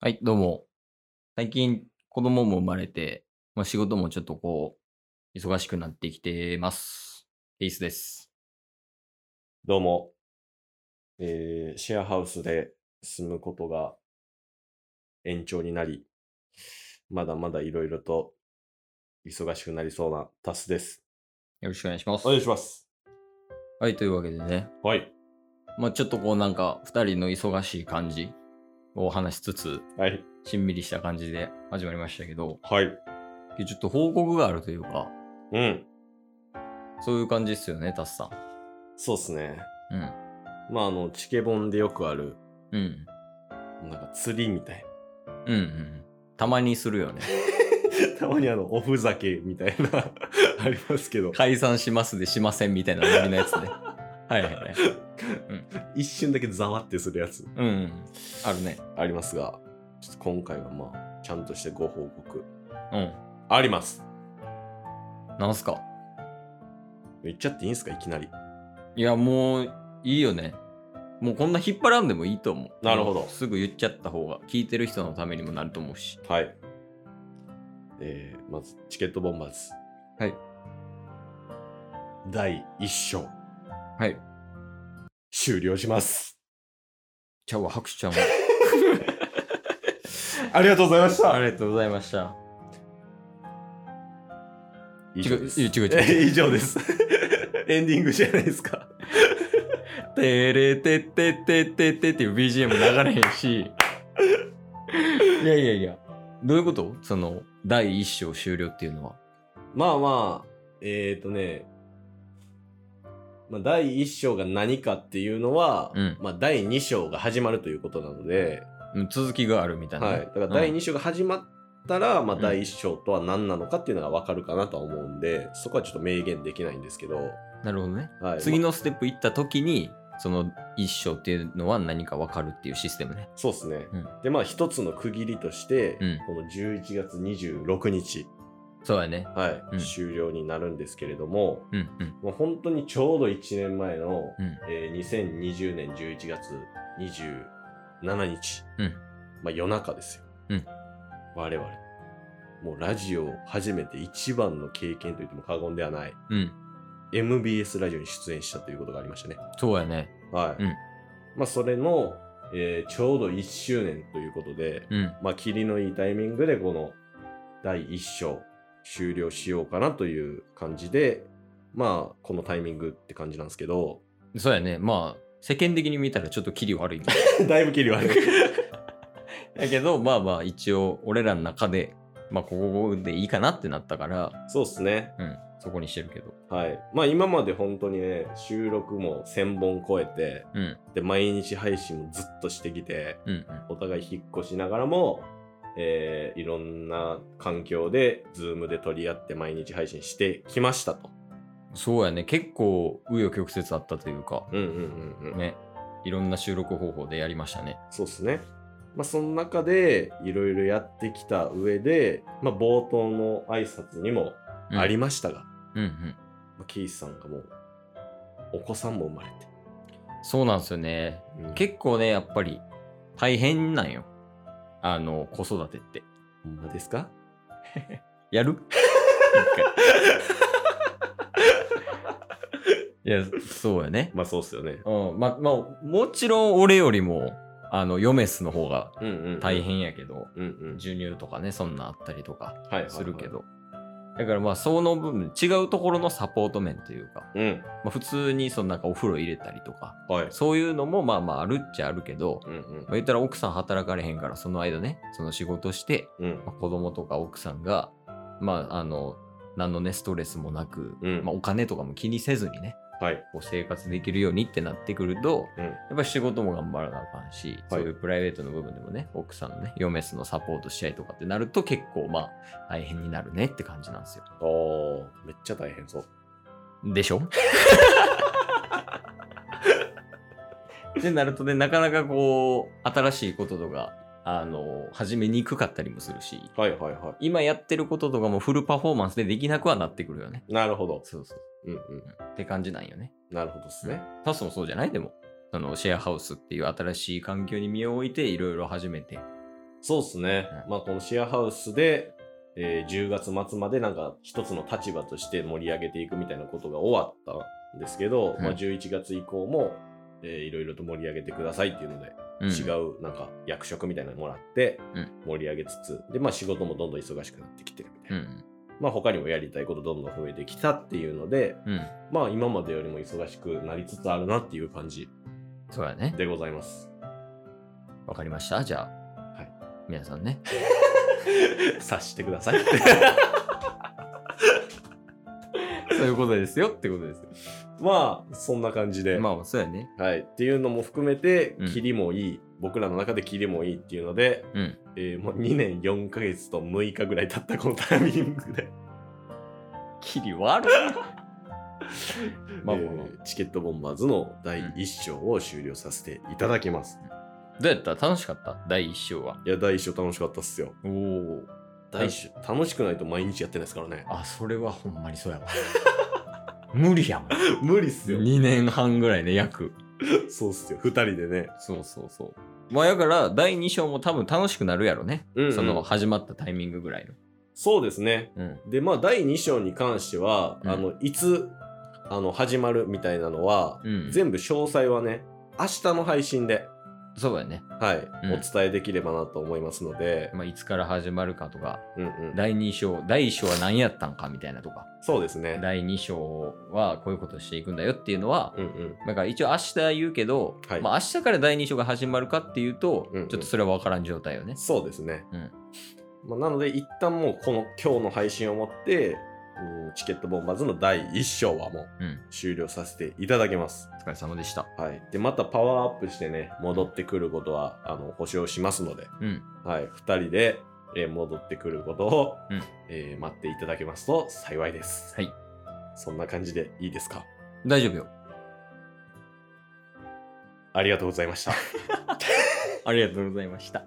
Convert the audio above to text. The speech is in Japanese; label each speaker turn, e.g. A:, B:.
A: はい、どうも。最近、子供も生まれて、まあ、仕事もちょっとこう、忙しくなってきてます。ケイスです。
B: どうも、えー、シェアハウスで住むことが延長になり、まだまだいろいろと忙しくなりそうなタスです。
A: よろしくお願いしま
B: お願い
A: す。
B: します。
A: はい、というわけでね、
B: はい。
A: まあ、ちょっとこうなんか、二人の忙しい感じを話しつつ、
B: はい。
A: しんみりした感じで始まりましたけど、
B: はい。
A: ちょっと報告があるというか、
B: うん。
A: そういう感じですよね、タスさ
B: そうっすね。
A: ん。うん。
B: まあ、あの、チケボンでよくある、
A: うん。
B: なんか釣りみたい
A: うん、うん。たまにするよね。
B: な。 たまにあの、おふざけみたい なありますけど、
A: 解散しますでしませんみたいなノリのやつね。はいはいはい。うん。
B: 一瞬だけざわってするやつ
A: うん。あるね。
B: ありますが、ちょっと今回はまあ、ちゃんとしてご報告
A: うん。
B: あります。
A: なんすか
B: 言っちゃっていいんすか、いきなり。
A: いや、もういいよね。もうこんな引っ張らんでもいいと思う。
B: なる
A: も
B: ほ
A: う
B: ど。
A: すぐ言っちゃった方が、聞いてる人のためにもなると思うし。
B: はい。えー、まず、チケットボンバーズ。
A: はい。
B: 第1章
A: はい。
B: 終了します。
A: ちゃうわ、拍手ちゃうわ。
B: ありがとうございまし
A: あ
B: た。
A: りがとうございました。
B: 以
A: 違
B: 上
A: う、
B: で
A: いや
B: す。
A: 違う違う違う。
B: え 以上です。エンディングじゃないですか。
A: てれてってってってってっていう BGM 流れへんし。いやいやいや。どういうことその、第一章終了っていうのは。
B: まあまあ、えっ、ー、とね、まあ、第1章が何かっていうのは、
A: うん。
B: まあ、第2章が始まるということなので、
A: うん続きがあるみたいな
B: はい。
A: ね。
B: だから
A: う
B: 第
A: ん。
B: 2章が始まったら、まあ、
A: うん。
B: 第1章とは何なのかっていうのがわかるかなとは思うんで、そこはちょっと明言できないんですけど、
A: なるほどね。
B: はい。
A: 次
B: まあ、
A: のステップ行った時に、その一章っていうのは何か分かるっていうシステムね。
B: そうですね。
A: うん。
B: で、まあ、一つの区切りとして、
A: うん。
B: この11月26日、
A: そうやね。
B: はい、
A: うん。
B: 終了になるんですけれども、
A: うん。うん。
B: もう本当にちょうど1年前の、
A: うん。
B: えー2020年11月27日、
A: うん。
B: まあ、夜中ですよ。
A: うん。
B: 我々。もうラジオを始めて一番の経験と言っても過言ではない、
A: うん。
B: MBS ラジオに出演したということがありましたね。
A: そうやね。
B: は
A: うん。
B: い。まあ、それの、えーちょうど1周年ということで、
A: うん。
B: まあ、霧のいいタイミングでこの第1章終了しようかなという感じで、まあ、このタイミングって感じなんですけど、
A: そうやね。まあ、世間的に見たらちょっとキリ悪いけ ど。
B: だいぶ切り悪い。
A: だけど、まあまあ、一応、俺らの中で、まあ、ここでいいかなってなったから、
B: そうっすね。
A: うん、そこにしてるけど。
B: はい。まあ今まで本当にね、収録も1000本超えて、
A: うん、
B: で、毎日配信もずっとしてきて、
A: うん、うん。
B: お互い引っ越しながらも、えーいろんな環境で、ズームで取り合って毎日配信してきましたと。
A: そうやね。結構、紆余曲折あったというか、
B: うんうんうんうん。
A: ね。いろんな収録方法でやりましたね。
B: そうっすね。まあその中で、いろいろやってきた上で、まあ冒頭の挨拶にも
A: う
B: あり
A: ん、
B: ましたが、
A: うん、うん。
B: まあケイスさんがもう、お子さんも生まれて。
A: そうなんですよね。
B: うん。
A: 結構ね、やっぱり、大変なんよ。あの、子育てって。
B: ほんまですか
A: やる一回。 いや、そうやね。
B: まあそうっすよね。
A: うん、ま、まあ、もちろん俺よりも、あの、ヨメスの方が
B: うんうんう
A: 大
B: ん。
A: 変やけど、
B: うんうん。
A: 授乳とかね、そんなんあったりとか
B: はいはい
A: するけ
B: は
A: ど。だからまあ、その部分、違うところのサポート面というか、
B: い。うん。
A: まあ、普通にそのなんかお風呂入れたりとか、
B: はい。
A: そういうのもまあまああるっちゃあるけど、
B: うん
A: まあ、言ったら奥さん働かれへんから、その間ね、その仕事して、
B: うん。うん。
A: まあ、子供とか奥さんが、まあ、あの、何のね、ストレスもなく、
B: う
A: まあ、
B: ん。
A: お金とかも気にせずにね、
B: はい。
A: こう生活できるようにってなってくると、
B: うん。
A: やっぱり仕事も頑張らなあかんし、
B: は
A: そうい
B: い。
A: うプライベートの部分でもね、奥さんのね、嫁すのサポートしたりとかってなると結構まあ大変になるねって感じなんですよ。
B: おー、めっちゃ大変そう。
A: で しょってなるとね、なかなかこう、新しいこととか、あの、始めにくかったりもするし、
B: はいはいは
A: 今やってることとかもフルパフォーマンスでできなくはなってくるよね。
B: い。なるほど。
A: そうそう。
B: うんう
A: う
B: ん。
A: んって感じなんよね。
B: なるほどっす
A: うん。
B: ね。
A: タスもそうじゃないでも、そのシェアハウスっていう新しい環境に身を置いていろいろ始めて、
B: そうっすね
A: う。
B: まあ、このシェアハウスで、えー10月末までなんか一つの立場として盛り上げていくみたいなことが終わったんですけど、
A: うん
B: まあ、11月以降も、えーいろいろと盛り上げてくださいっていうので、
A: うん
B: 違うなんか役職みたいなのもらって
A: うん
B: 盛り上げつつ、で、まあ仕事もどんどん忙しくなってきてるみたいな。
A: ん。
B: まあ他にもやりたいことどんどん増えてきたっていうので、
A: うん。
B: まあ今までよりも忙しくなりつつあるなっていう感じ
A: そうだね。
B: でございます。
A: わかりましたじゃあ、
B: はい
A: 皆さんね。
B: 察してください。
A: そういうことですよってことですよ。
B: まあそんな感じで、
A: まあ、そうやね。
B: はい、っていうのも含めて
A: うん
B: キリもいい、僕らの中でキリもいいっていうので、
A: うん。
B: えーもう2年4ヶ月と6日ぐらい経ったこのタイミングで、
A: キリ 悪い。まあまあ
B: え
A: まあ
B: ーチケットボンバーズの第1章を終了させていただきます。
A: どうやった楽しかった第一章は。
B: いや第1章楽しかったっすよ。
A: おお。
B: 第1章楽しくないと毎日やってないですからね。
A: あ、それはほんまにそうや わ。無理やもん。
B: 無理っすよ。
A: 2年半ぐらいね、約。
B: そうっすよ。2人でね。
A: そうそうそう。まあ、だから、第2章も多分楽しくなるやろね。
B: うんうん
A: その、始まったタイミングぐらいの。
B: そうですね。
A: うん。
B: でまあ第2章に関しては、
A: うん
B: あのいつあの始まるみたいなのは、
A: うん
B: 全部詳細はね明日の配信で、
A: そうだよね。
B: はい
A: ん
B: お伝えできればなと思いますので、
A: まあ、いつから始まるかとか、
B: うんうん、
A: 第2章、第1章は何やったんかみたいなとか、
B: そうですね。
A: 第2章はこういうことしていくんだよっていうのは、
B: うんうん、
A: なんか一応明日言うけど、
B: はい
A: まあ明日から第2章が始まるかっていうと、
B: うんうん
A: ちょっとそれは分からん状態よね。
B: そうですね。
A: うん
B: まあ、なので一旦もうこの今日の配信をもって、うんチケットボンバーズの第1章はもう
A: うん。
B: 終了させていただきます。
A: お疲れ様でした。
B: はい、でまたパワーアップしてね戻ってくることはあの保証しますので。
A: うん。
B: はい、2人で、えー戻ってくることを、
A: うん
B: えー待っていただけますと幸いです。
A: はい。
B: そんな感じでいいですか
A: 大丈夫よ。
B: ありがとうございました。
A: ありがとうございました。